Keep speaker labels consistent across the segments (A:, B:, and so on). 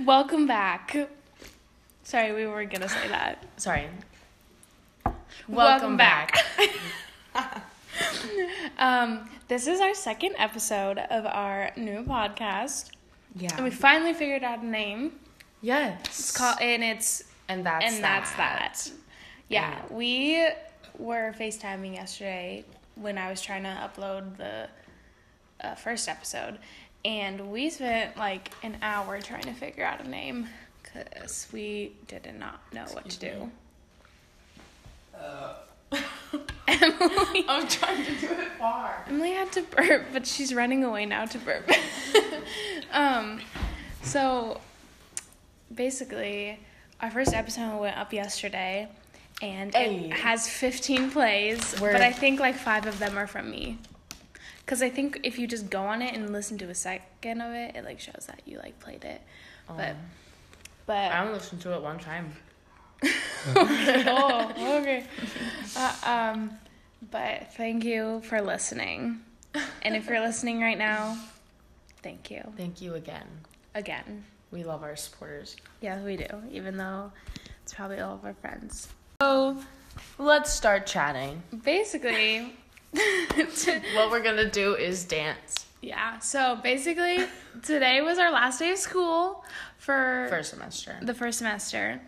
A: Welcome back. Sorry, we were gonna say that.
B: Sorry. Welcome,
A: Welcome
B: back.
A: Um, this is our second episode of our new podcast,
B: Yeah.
A: and we finally figured out a name.
B: yes.
A: It's called, and it's
B: and that's
A: and that's that. Yeah,
B: Yeah.
A: we were FaceTiming yesterday when I was trying to upload the uh, first episode, and we spent like an hour trying to figure out a name because we did not know what to
B: Excuse
A: do.
B: me.
A: Emily,
B: I'm trying to do it far.
A: Emily had to burp, but she's running away now to burp. um, so basically, our first episode went up yesterday, and
B: Hey.
A: it has 15 plays,
B: Word.
A: but I think like five of them are from me. Cause I think if you just go on it and listen to a second of it, it like shows that you like played it. But
B: I
A: but
B: only listened to it one time.
A: oh okay. Uh, um, but thank you for listening, and if you're listening right now, thank you
B: Thank you again.
A: again.
B: We love our supporters.
A: Yeah, we do. Even though it's probably all of our friends.
B: So let's start chatting.
A: Basically,
B: What we're gonna do is dance
A: yeah. So basically, today was our last day of school for
B: first semester.
A: the first semester.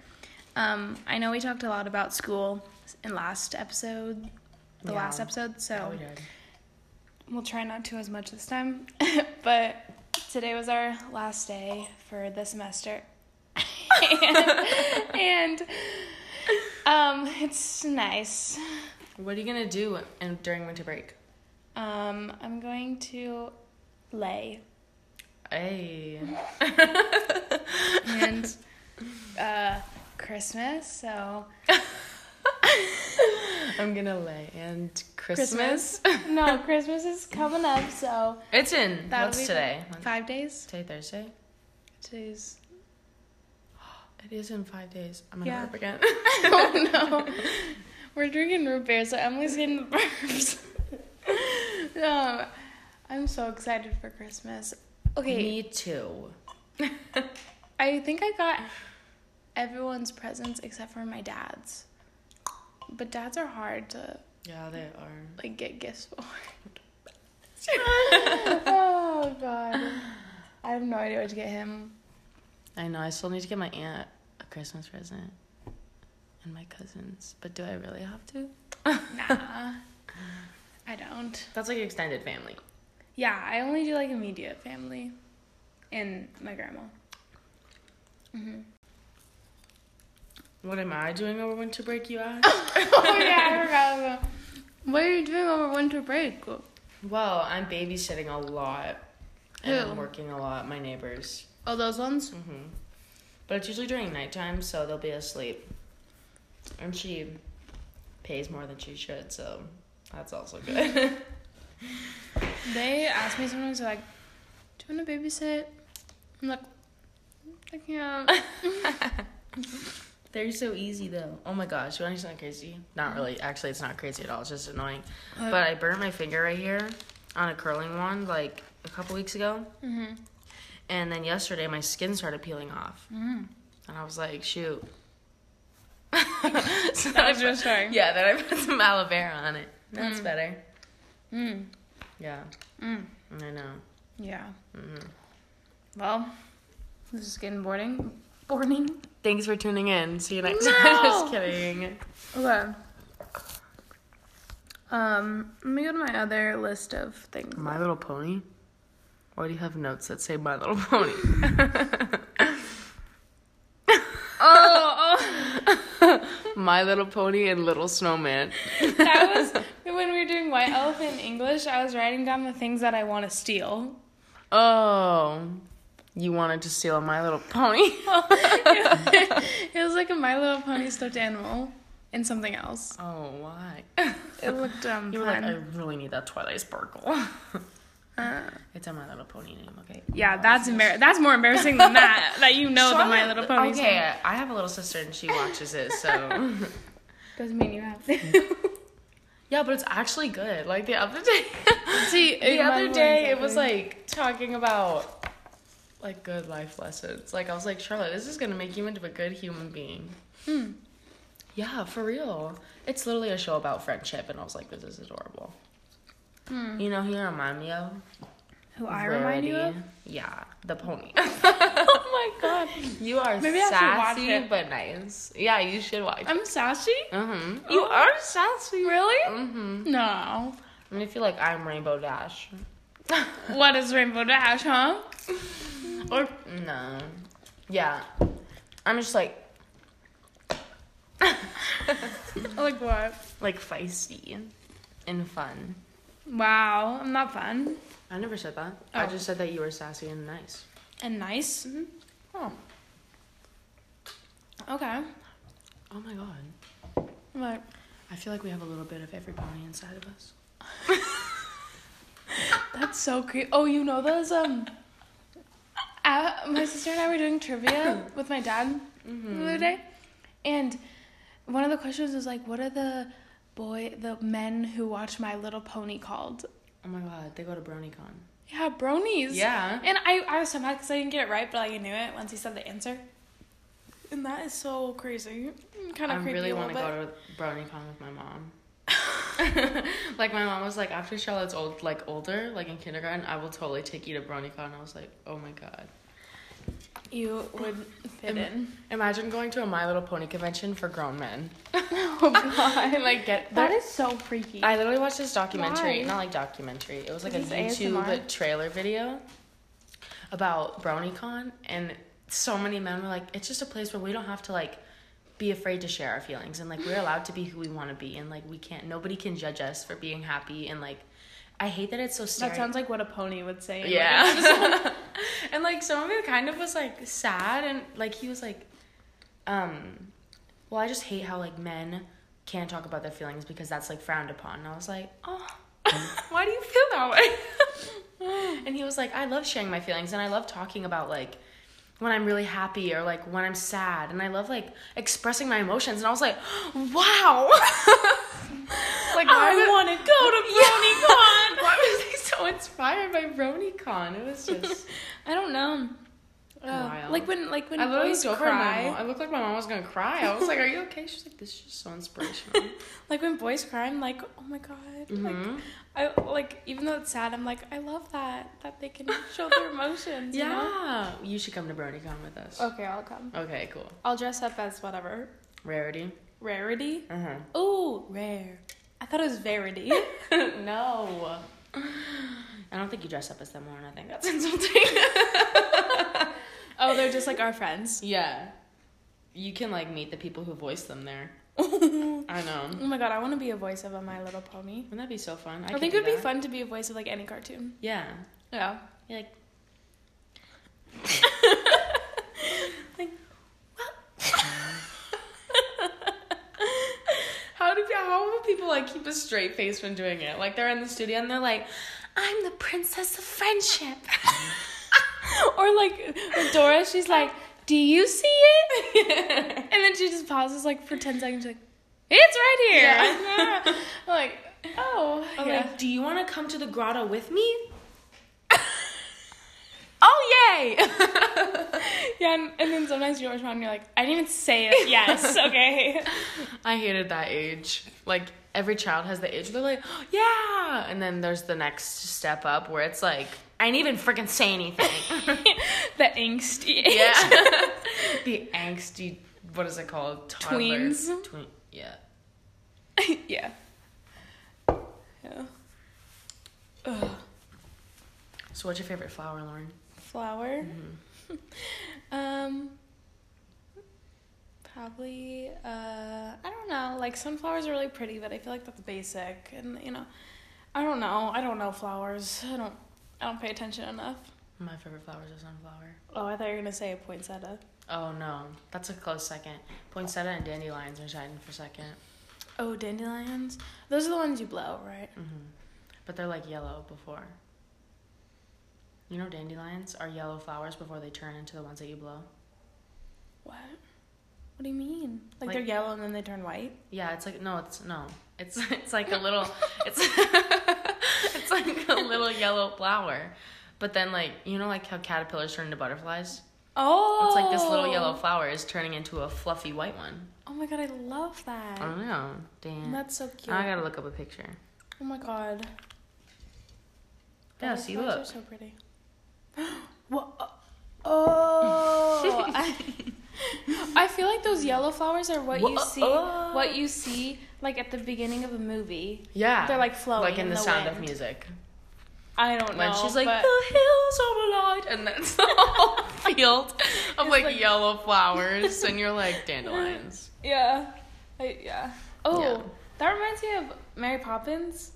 A: Um, I know we talked a lot about school in last episode, the
B: Yeah.
A: last episode. So
B: Oh, yeah.
A: we'll try not to as much this time. but today was our last day for the semester. and, and um, it's nice.
B: What are you gonna do in, during winter break?
A: Um, I'm going to lay
B: Hey.
A: and uh, Christmas. So
B: I'm gonna lay and Christmas.
A: Christmas. no, Christmas is coming up. So
B: It's in.
A: That'll
B: What's
A: be
B: today?
A: five days.
B: Today Thursday.
A: Today's
B: It is in five days. I'm gonna
A: Yeah.
B: burp again.
A: oh no, we're drinking root beer, so Emily's getting the burps. no, I'm so excited for Christmas. Okay,
B: Me too.
A: I think I got everyone's presents except for my dad's. But dads are hard to
B: Yeah, they are.
A: like get gifts for. oh god. I have no idea what to get him.
B: I know. I still need to get my aunt a Christmas present and my cousins. But do I really have to?
A: Nah. I don't.
B: That's like extended family.
A: Yeah, I only do like immediate family and my grandma. hmm
B: What am I doing over winter break? You ask.
A: oh yeah, I forgot. What are you doing over winter break?
B: well, I'm babysitting a lot. And I'm
A: Who?
B: working a lot. My neighbors.
A: Oh, those ones?
B: hmm But it's usually during nighttime, so they'll be asleep. And she pays more than she should, so that's also good.
A: They ask me sometimes they're like, "Do you want to babysit?" I'm like, "I can't."
B: They're so easy though. Oh my gosh, you want to sound crazy? Not really. Actually, it's not crazy at all. It's just annoying. But I burnt my finger right here on a curling wand like a couple weeks ago,
A: hmm
B: and then yesterday my skin started peeling off,
A: Mm.
B: and I was like, shoot. so
A: That
B: then I
A: was
B: put,
A: your story.
B: yeah, then I put some aloe vera on it. That's better.
A: Mm.
B: Yeah,
A: Mm.
B: I know.
A: Yeah.
B: Mhm.
A: Well, this is getting boring. Boring.
B: Thanks for tuning in. See you next
A: No!
B: time. Just kidding.
A: Okay. Um, let me go to my other list of things.
B: My Little Pony? Why do you have notes that say My Little Pony?
A: Oh,
B: My Little Pony and Little Snowman.
A: oh, that was when we were doing White Elephant English. I was writing down the things that I want to steal.
B: Oh, you wanted to steal My Little Pony?
A: Oh, it was like a My Little Pony stuffed animal and something else.
B: Oh, why?
A: It looked um
B: You were like,
A: fun.
B: I really need that Twilight Sparkle.
A: Uh,
B: it's a My Little Pony name, okay?
A: yeah, that's embar- that's more embarrassing than that. That you know the My Little Pony.
B: Okay, I have a little sister and she watches it, so.
A: Doesn't mean you have.
B: yeah, but it's actually good. Like the other day.
A: See,
B: the other day it was like talking about like good life lessons. Like I was like, Charlotte, this is gonna make you into a good human being.
A: Hmm.
B: Yeah, for real. It's literally a show about friendship, and I was like, this is adorable.
A: Hmm.
B: You know who you remind me of?
A: Who I remind you of?
B: Rarity. Yeah, the pony.
A: oh my god.
B: you are
A: Maybe I should watch
B: sassy
A: it.
B: but nice. Yeah, you should watch.
A: I'm sassy?
B: Mm-hmm.
A: You are
B: sassy.
A: Really?
B: Mm-hmm.
A: No.
B: And I feel like I'm Rainbow Dash.
A: What is Rainbow Dash, huh?
B: Or no. Yeah. I'm just like
A: Like what?
B: like feisty and fun.
A: Wow, I'm not fun.
B: I never said that. I
A: Oh.
B: just said that you were sassy and nice.
A: And nice.
B: Oh.
A: Okay.
B: Oh my god.
A: But
B: I feel like we have a little bit of every pony inside of us.
A: that's so creepy. Oh, you know those um I, my sister and I were doing trivia with my dad the
B: Mm-hmm.
A: other day. And one of the questions was like, what are the boy the men who watch My Little Pony called?
B: Oh my god, they go to BronyCon.
A: Yeah, bronies.
B: Yeah.
A: And I, I was so mad because I didn't get it right, but like I knew it once he said the answer. And that is so crazy. Kind
B: I
A: of creepy
B: really
A: a
B: want
A: little
B: to
A: bit.
B: go to BronyCon with my mom. like my mom was like, after Charlotte's old, like older, like in kindergarten, I will totally take you to BronyCon. I was like, oh my god.
A: You would fit
B: Am-
A: in.
B: Imagine going to a My Little Pony convention for grown men.
A: Oh god.
B: And like get
A: that is so freaky.
B: I literally watched this documentary,
A: Why?
B: not like documentary. It was like
A: Is
B: a
A: this
B: YouTube
A: ASMR?
B: trailer video about BronyCon, and so many men were like, "It's just a place where we don't have to like be afraid to share our feelings, and like we're allowed to be who we want to be, and like we can't, nobody can judge us for being happy, and like." I hate that it's so
A: that
B: stereotypical.
A: sounds like what a pony would say. Like,
B: Yeah. and like some of it kind of was like sad and like he was like, um, well, I just hate how like men can't talk about their feelings because that's like frowned upon. And I was like, oh, why do you feel that way? and he was like, I love sharing my feelings and I love talking about like when I'm really happy or like when I'm sad and I love like expressing my emotions. And I was like, wow.
A: like
B: Oh. I
A: I want to go to BronyCon.
B: Why was he so inspired by BronyCon? It was just.
A: I don't know. Uh,
B: Wild.
A: like when like when
B: I literally
A: boys
B: was over my mom.
A: cry.
B: I looked like my mom was gonna cry. I was like, "Are you okay?" She's like, "This is just so inspirational."
A: Like when boys cry, I'm like, oh my god. Like
B: Mhm.
A: I like even though it's sad, I'm like, I love that that they can show their emotions. you know? Oh.
B: yeah, you should come to BronyCon with us.
A: Okay, I'll come.
B: Okay, cool.
A: I'll dress up as whatever.
B: Rarity.
A: Rarity.
B: Uh huh.
A: Ooh, rare. I thought it was verity.
B: no. I don't think you dress up as them, Lauren. I think that's insulting.
A: oh, they're just like our friends.
B: yeah. You can like meet the people who voice them there.
A: oh
B: I know.
A: my god, I want to be a voice of a My Little Pony.
B: Wouldn't that be so fun?
A: I,
B: could
A: think
B: do
A: it would be
B: that.
A: fun to be a voice of like any cartoon.
B: Yeah.
A: Yeah.
B: You're like, How do how will people like keep a straight face when doing it? Like they're in the studio and they're like, "I'm the princess of friendship."
A: or like with Dora, she's like, "Do you see it?" and then she just pauses like for ten seconds, like, "It's right here."
B: Yeah.
A: I'm like, oh,
B: Or
A: yeah.
B: Like, do you want to come to the grotto with me?
A: oh yay! yeah, and, and then sometimes you don't respond, and you're like, "I didn't even say it." Yes, okay.
B: I hated that age. Like every child has the age where they're like, "Yeah," and then there's the next step up where it's like, "I didn't even freaking say anything."
A: the angsty.
B: the angsty. What is it called? Toddler.
A: Tweens.
B: Tween. Yeah.
A: yeah. Yeah. Ugh.
B: So what's your favorite flower, Lauren?
A: Flower. Mm-hmm. um. Probably. Uh, I don't know. Like sunflowers are really pretty, but I feel like that's basic, and you know, I don't know. I don't know flowers. I don't. I don't pay attention enough.
B: My favorite flower is a sunflower.
A: Oh, I thought you were gonna say a poinsettia.
B: Oh no, that's a close second. Poinsettia and dandelions are shining for second,
A: Oh, dandelions. Those are the ones you blow, right?
B: Mm-hmm. but they're like yellow before. You know, dandelions are yellow flowers before they turn into the ones that you blow.
A: What? What do you mean? Like,
B: Like-
A: they're yellow and then they turn white?
B: Yeah, it's like no, it's no, it's it's like a little, it's it's like a little yellow flower, But then like you know like how caterpillars turn into butterflies?
A: Oh.
B: It's like this little yellow flower is turning into a fluffy white one.
A: Oh my god, I love that.
B: I don't know. Damn.
A: That's so cute.
B: Mm. I gotta look up a picture.
A: Oh my god.
B: Yeah, see,
A: Butterflies
B: look.
A: Are so pretty. what? Oh. I, I feel like those yellow flowers are what you
B: Wha-
A: see.
B: oh.
A: What you see, like at the beginning of a movie.
B: Yeah.
A: They're, like, flowing
B: Ah. Like in,
A: in
B: the,
A: the
B: sound of
A: wind.
B: music.
A: I don't
B: When
A: know.
B: she's like,
A: but-
B: the hills are alive, and that's the whole field of
A: It's
B: like,
A: like-
B: yellow flowers, and you're like dandelions.
A: yeah, I, yeah. Oh,
B: Yeah.
A: that reminds me of Mary Poppins.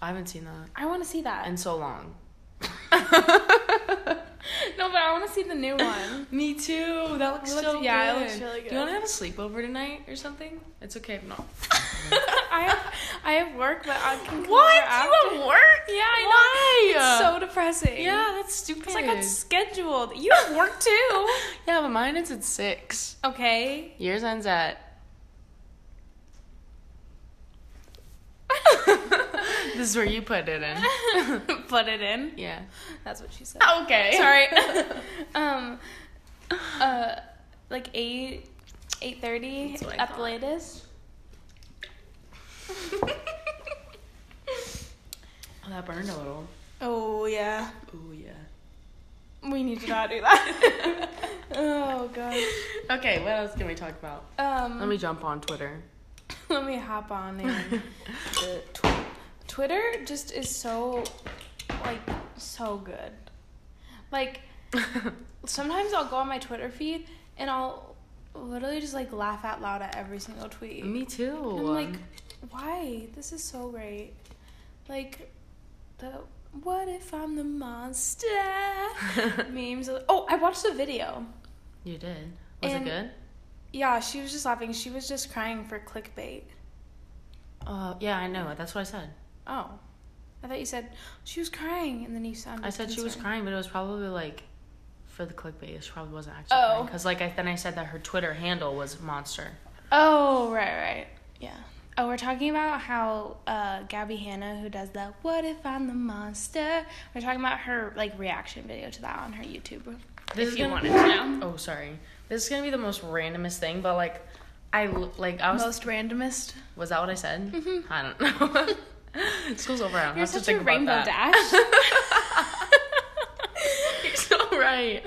B: I haven't seen that
A: I want to see that.
B: in so long.
A: no, but I want to see the new one.
B: Me too. That looks
A: It looks-
B: so
A: yeah, it
B: good.
A: looks really
B: Do you want to have
A: good.
B: a sleepover tonight or something? It's okay if not.
A: I have, I have work, but I can come
B: What?
A: over
B: You
A: after.
B: have work?
A: Yeah, I
B: Why?
A: know. It's so depressing.
B: yeah, that's stupid.
A: It's like it's scheduled. You have work too.
B: yeah, but mine ends at six.
A: Okay.
B: Yours ends at. this is where you put it in.
A: Put it in.
B: Yeah.
A: That's what she said.
B: Okay.
A: Sorry. um uh like 8 8:30
B: That's what I
A: at
B: thought.
A: the latest.
B: Oh, that burned a little.
A: Oh yeah.
B: Oh yeah.
A: We need to not do that. oh god.
B: Okay, what else can we talk about?
A: Um
B: Let me jump on Twitter.
A: let me hop on in. The tw- Twitter just is so like so good. Like sometimes I'll go on my Twitter feed and I'll literally just like laugh out loud at every single tweet.
B: Me too.
A: And I'm like, why? This is so great. Like, the what if I'm the monster memes. are- Oh, I watched the video.
B: you did. Was
A: And-
B: it good?
A: Yeah, she was just laughing. She was just crying for clickbait.
B: Uh, yeah, I know. it. That's what I said.
A: Oh, I thought you said she was crying, and then you sounded.
B: I said she was
A: concerned.
B: crying, but it was probably like for the clickbait. She probably wasn't actually
A: Oh.
B: because like I, then I said that her Twitter handle was monster.
A: Oh, right, right. Yeah. Oh, we're talking about how uh, Gabby Hanna, who does the "What if I'm the monster," we're talking about her like reaction video to that on her YouTube.
B: This
A: if
B: is
A: you
B: gonna-
A: wanted to know.
B: Oh, sorry. This is gonna be the most randomest thing, but like, I l- like I was
A: most randomest.
B: was that what I said? I don't know. School's over. I don't
A: You're
B: have to
A: such a
B: think about
A: rainbow
B: that.
A: dash.
B: You're so right.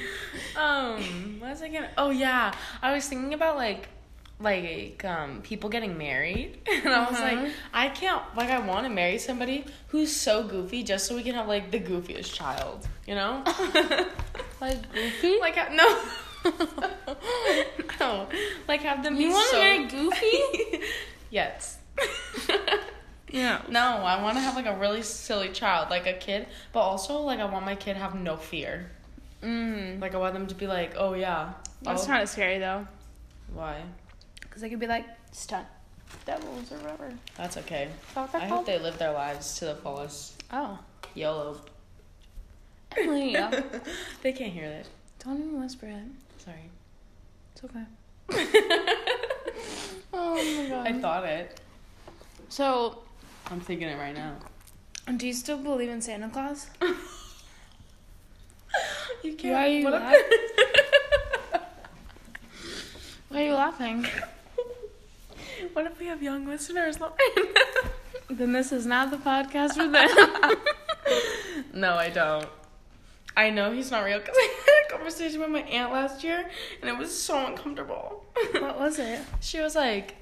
B: um, what was I gonna? Oh yeah, I was thinking about like, like um, people getting married, and I was
A: Mhm.
B: like, I can't like I want to marry somebody who's so goofy just so we can have like the goofiest child, you know?
A: like Goofy.
B: like I- no. no, like have them.
A: You
B: be
A: want to
B: so-
A: marry Goofy?
B: Yes.
A: yeah.
B: No, I want to have like a really silly child, like a kid, but also like I want my kid to have no fear.
A: Mm.
B: Like I want them to be like, oh yeah.
A: That's
B: oh,
A: kind of scary though,
B: Why?
A: because they could be like stunt devils or whatever. Is
B: That's okay.
A: that what
B: I
A: they're
B: hope
A: called?
B: they live their lives to the fullest.
A: Oh,
B: YOLO.
A: Emily, yeah.
B: They can't hear that.
A: don't even whisper it.
B: Sorry.
A: It's okay. oh my god.
B: I thought it.
A: so,
B: I'm thinking it right now.
A: do you still believe in Santa Claus?
B: You
A: can't- Why are you
B: what a-
A: laugh- Why are you laughing?
B: What if we have young listeners?
A: then this is not the podcast for them.
B: No, I don't. I know he's not real because I had a conversation with my aunt last year and it was so uncomfortable.
A: what was it?
B: she was like,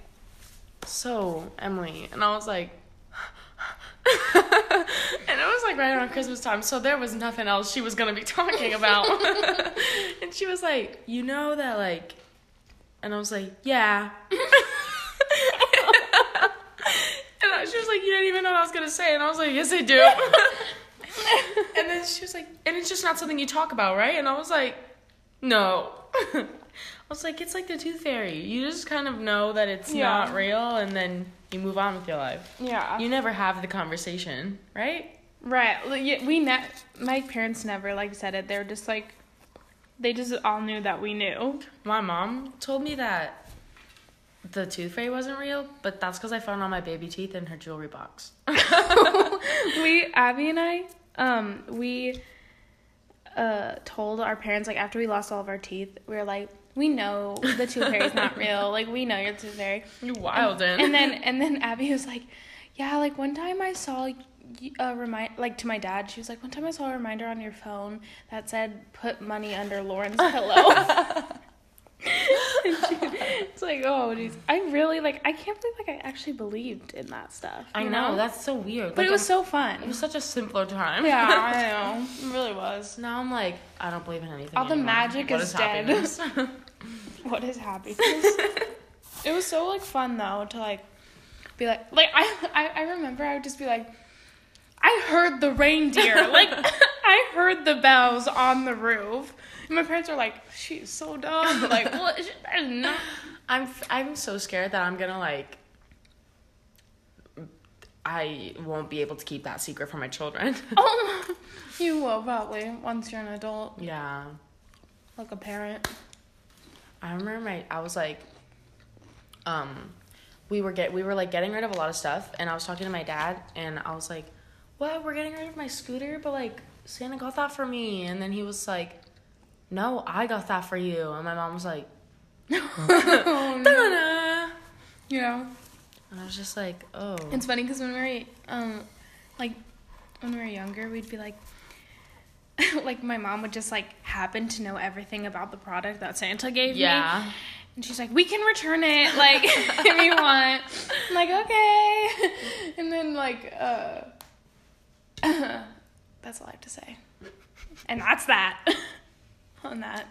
B: So, Emily. And I was like, and it was like right around Christmas time, so there was nothing else she was gonna be talking about. and she was like, You know that, like, and I was like, Yeah. and I, she was like, You didn't even know what I was gonna say. And I was like, Yes, I do. and then she was like, And it's just not something you talk about, right? And I was like, No. I was like, It's like the tooth fairy. You just kind of know that it's
A: Yeah.
B: not real, and then you move on with your life.
A: Yeah.
B: You never have the conversation, right?
A: Right. Like, yeah, We ne- my parents never like said it. They were just like they just all knew that we knew.
B: My mom told me that the tooth fairy wasn't real, but that's because I found all my baby teeth in her jewelry box.
A: we Abby and I um we uh told our parents like after we lost all of our teeth, we were like, we know the tooth fairy is not real. Like we know you're the tooth fairy.
B: You wild
A: And then and then Abby was like, yeah, like one time I saw y- a remind like to my dad. She was like, one time I saw a reminder on your phone that said put money under Lauren's pillow. And she- it's like, oh, geez. I really like. I can't believe like I actually believed in that stuff.
B: I
A: you
B: know that's so weird.
A: but
B: Like,
A: it was
B: I'm-
A: so
B: it
A: fun.
B: was such a simpler time.
A: Yeah, I know. It really was.
B: Now I'm like, I don't believe in anything.
A: All the
B: anymore.
A: magic
B: What
A: is dead.
B: happiness?
A: What is happiness? it was so like fun though to like be like like I, I I remember I would just be like I heard the reindeer like I heard the bells on the roof. And my parents were like, "She's so dumb." Like, what? She, I did not.
B: I'm f- I'm so scared that I'm gonna like. I won't be able to keep that secret from my children.
A: Oh, you will probably once you're an adult,
B: yeah.
A: like a parent.
B: I remember my I was like um we were get we were like getting rid of a lot of stuff and I was talking to my dad and I was like, "What? We're getting rid of my scooter, but like Santa got that for me." And then he was like, "No, I got that for you." And my mom was like,
A: Oh, no.
B: "Da-na."
A: You know.
B: And I was just like, "Oh."
A: It's funny because when we were, um, like, when we were younger, we'd be like, like my mom would just like happen to know everything about the product that Santa gave me,
B: yeah.
A: and she's like, "We can return it, like, if you want." I'm like, "Okay," and then like, uh, that's all I have to say, and that's that. On that,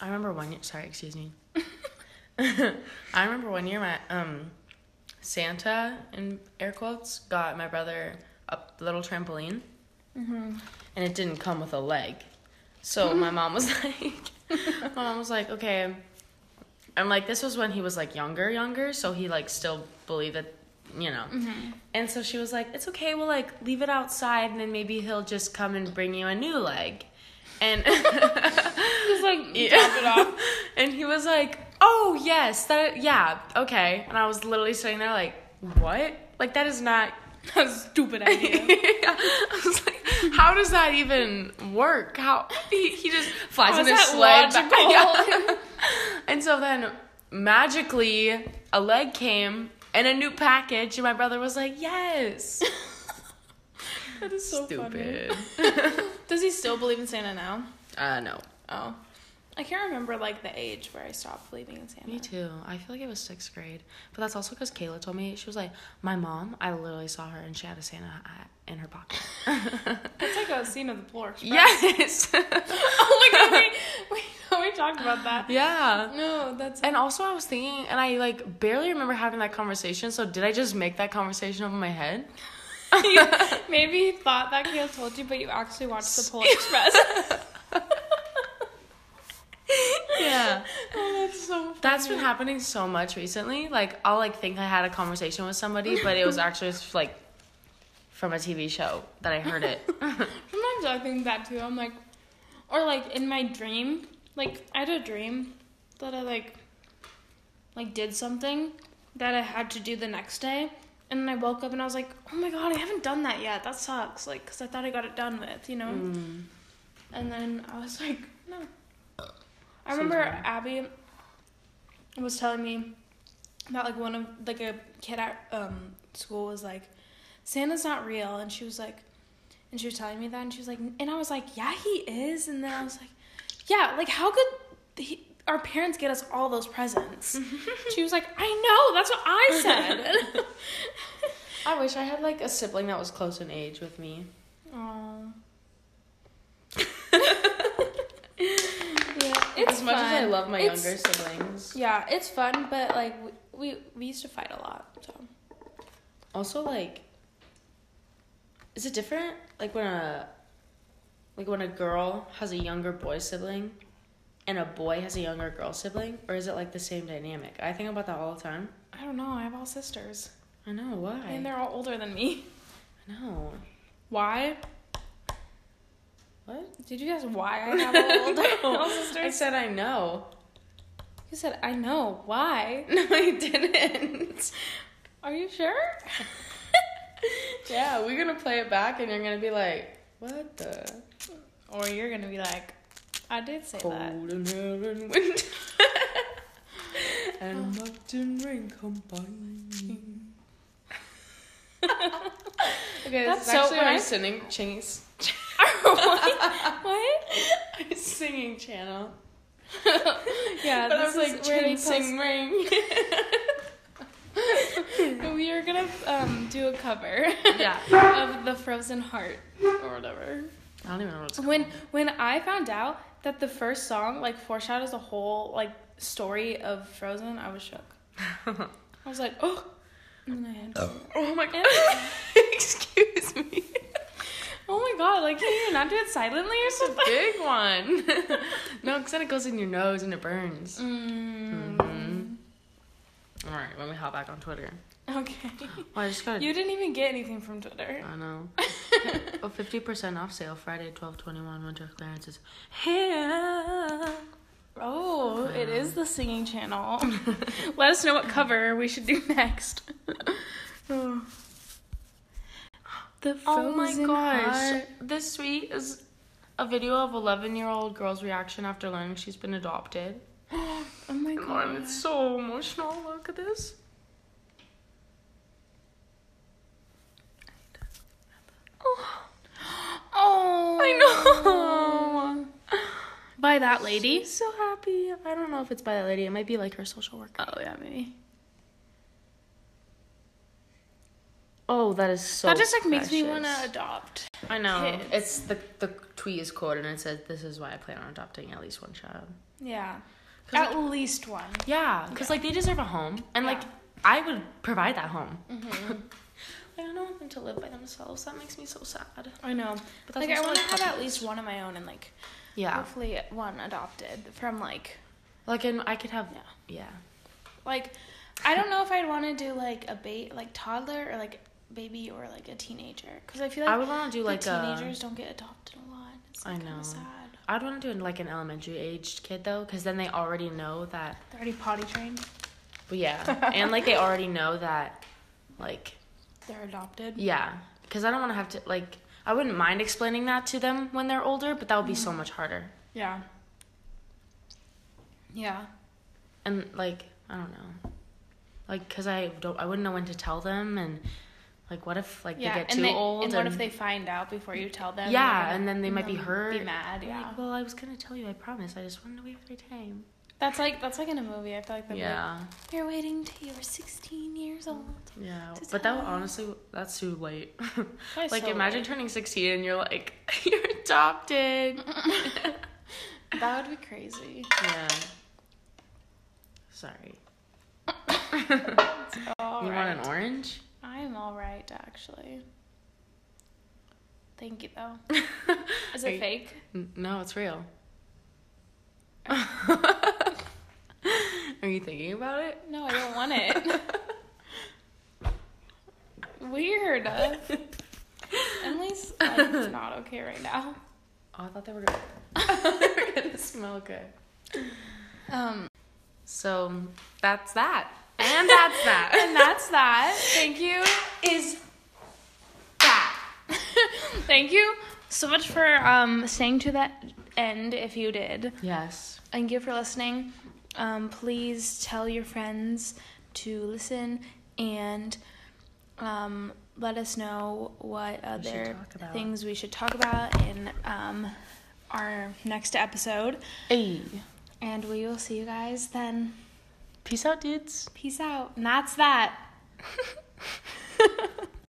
B: I remember one year. Sorry, excuse me. I remember one year my um, Santa in air quotes got my brother a little trampoline, and it didn't come with a leg.
A: Mm-hmm.
B: So my mom was like, my mom was like, okay. I'm like, this was when he was like younger, younger, so he like still believed that, you know.
A: Mm-hmm.
B: And so she was like, it's okay, we'll like leave it outside, and then maybe he'll just come and bring you a new leg. And
A: just like
B: Yeah.
A: top it off.
B: and he was like, "Oh yes, that yeah, okay." And I was literally sitting there like, "What? Like that is not."
A: That was a stupid idea.
B: I was like, "How does that even work? How he, he just flies
A: How
B: with his
A: is that
B: sled?" back-
A: logical?
B: Yeah. and so then magically a leg came and a new package, and my brother was like, "Yes."
A: that is so funny.
B: Stupid.
A: Does he still believe in Santa now?
B: uh, no.
A: Oh. I can't remember like the age where I stopped believing in Santa.
B: Me too. I feel like it was sixth grade, but that's also because Kayla told me she was like, my mom. I literally saw her and she had a Santa hat in her pocket.
A: It's like a scene of the Polar Express.
B: yes.
A: oh my god, we, we, we talked about that.
B: yeah.
A: No, that's
B: And also, I was thinking, and I like barely remember having that conversation. So did I just make that conversation over my head?
A: maybe you thought that Kale told you, but you actually watched the Polar Express.
B: Yeah.
A: oh, that's so. Funny.
B: That's been happening so much recently. Like I'll like think I had a conversation with somebody, but it was actually just, like from a TV show that I heard it.
A: Sometimes I think that too. I'm like, or like in my dream, like I had a dream that I like, like did something that I had to do the next day, and then I woke up and I was like, oh my god, I haven't done that yet. That sucks. Like, cause I thought I got it done with, you know. And then I was like, no. I
B: Seems
A: remember
B: weird.
A: Abby was telling me that like one of like a kid at um school was like, Santa's not real, and she was like, and she was telling me that, and she was like, and I was like, yeah, he is, and then I was like, yeah, like how could he, our parents get us all those presents? she was like, I know, that's what I said.
B: I wish I had like a sibling that was close in age with me.
A: Aw. yeah, it's
B: as much as I
A: fun.
B: love my
A: It's-
B: younger siblings.
A: Yeah, it's fun, but like we, we we used to fight a lot. So
B: Also, like, is it different? Like when a like when a girl has a younger boy sibling, and a boy has a younger girl sibling, or is it like the same dynamic? I think about that all the time.
A: I don't know. I have all sisters,
B: I know why.
A: and they're all older than me.
B: I know
A: Why?
B: what.
A: Did you guys why I have all older all
B: I
A: sisters?
B: said I know.
A: You said, I know. Why?
B: No, I didn't.
A: Are you sure?
B: yeah, we're gonna play it back, and you're gonna be like, "What the?"
A: Or you're going to be like, I did say that.
B: Cold and air and wind and mountain rain combined. okay,
A: That's
B: that's Oh
A: so
B: actually
A: when I-
B: our singing chase.
A: What?
B: I'm singing channel.
A: Yeah,
B: but I was
A: this
B: like
A: is where we
B: chin sing ring.
A: We are going to um, do a cover
B: yeah.
A: of the Frozen Heart or whatever.
B: I don't even know what it's
A: When when I found out that the first song like foreshadows the whole like story of Frozen, I was shook.
B: called.
A: I was like, oh. And then I had
B: oh my
A: god.
B: Excuse me.
A: Oh my god, like can you not do it silently or
B: It's a
A: something?
B: big one. no, because then it goes in your nose and it burns.
A: Mm.
B: All right, let me hop back on Twitter.
A: Okay.
B: Well, I just got.
A: You didn't even get anything from Twitter.
B: I know. A fifty percent off sale Friday twelve twenty one winter clearance is here.
A: Oh, it is the singing channel. Let us know what cover we should do next. oh. The
B: Oh my
A: frozen
B: gosh!
A: heart.
B: This tweet is a video of eleven year old girl's reaction after learning she's been adopted.
A: Oh my
B: Come on,
A: god.
B: it's so emotional. Look at this. Oh,
A: Oh.
B: I know.
A: By that lady.
B: She's so happy. I don't know if it's by that lady. It might be like her social worker.
A: Oh yeah, maybe.
B: Oh, that is so.
A: that just like makes me
B: precious.
A: want to adopt.
B: I know.
A: kids.
B: It's the the tweet is quoted and it says, "This is why I plan on adopting at least one child."
A: Yeah.
B: 'Cause
A: At least one.
B: Yeah, because like they deserve a home, and
A: Yeah. Mm-hmm.
B: like I would provide that home. I don't want them to live by themselves. That makes me so sad. But
A: I know.
B: that's
A: Like I
B: also,
A: want to have at
B: puppies.
A: least one of my own and like
B: Yeah,
A: hopefully one adopted from like
B: like and I could have.
A: Yeah.
B: Yeah.
A: like I don't know if I'd want to do like a ba- like toddler or like baby or like a teenager because I feel like
B: I would want to do
A: the
B: like
A: teenagers don't get adopted a lot. It's
B: I
A: like, kind
B: know.
A: of sad.
B: a. I'd want to do like an elementary aged kid though, because then they already know that.
A: They're already potty trained.
B: But yeah, and like they already know that, like
A: They're adopted.
B: Yeah, because I don't want to have to like. I wouldn't mind explaining that to them when they're older, but that would be
A: Mm-hmm.
B: so much harder.
A: Yeah. Yeah.
B: And like, I don't know, like, cause I don't, I wouldn't know when to tell them, and like, what if like
A: Yeah.
B: they get
A: and
B: too
A: they,
B: old?
A: and what if they find out before you tell them?
B: Yeah,
A: they're
B: and then they might be
A: gonna
B: hurt.
A: Be mad.
B: Like,
A: Yeah.
B: well, I was gonna tell you, I promise. I just wanted to wait for your time.
A: That's like that's like in a movie. I feel like they're like,
B: Yeah,
A: they're waiting till you're 16 years old.
B: yeah.
A: To
B: But that
A: tell
B: would
A: you.
B: honestly, that's too late.
A: That is
B: like,
A: so
B: imagine
A: late.
B: turning sixteen and you're like, you're adopted.
A: that would be crazy.
B: yeah. Sorry.
A: All
B: you
A: right.
B: want an orange?
A: I'm all right, actually. Thank you, though. Is
B: Are
A: it
B: you-
A: fake?
B: N- No, it's real. Are you thinking about it?
A: No, I don't want it. Weird. Emily's like, not okay right now.
B: Oh, I thought they were gonna, they were gonna smell good.
A: Um,
B: So that's that. And that's that.
A: and that's that. Thank you. Is that? Thank you so much for um staying to that end if you did.
B: yes.
A: Thank you for listening. Um, please tell your friends to listen and um, let us know what
B: should
A: other
B: talk about.
A: things we should talk about in um, our next episode.
B: Hey.
A: And we will see you guys then.
B: Peace out, dudes.
A: Peace out. And that's that.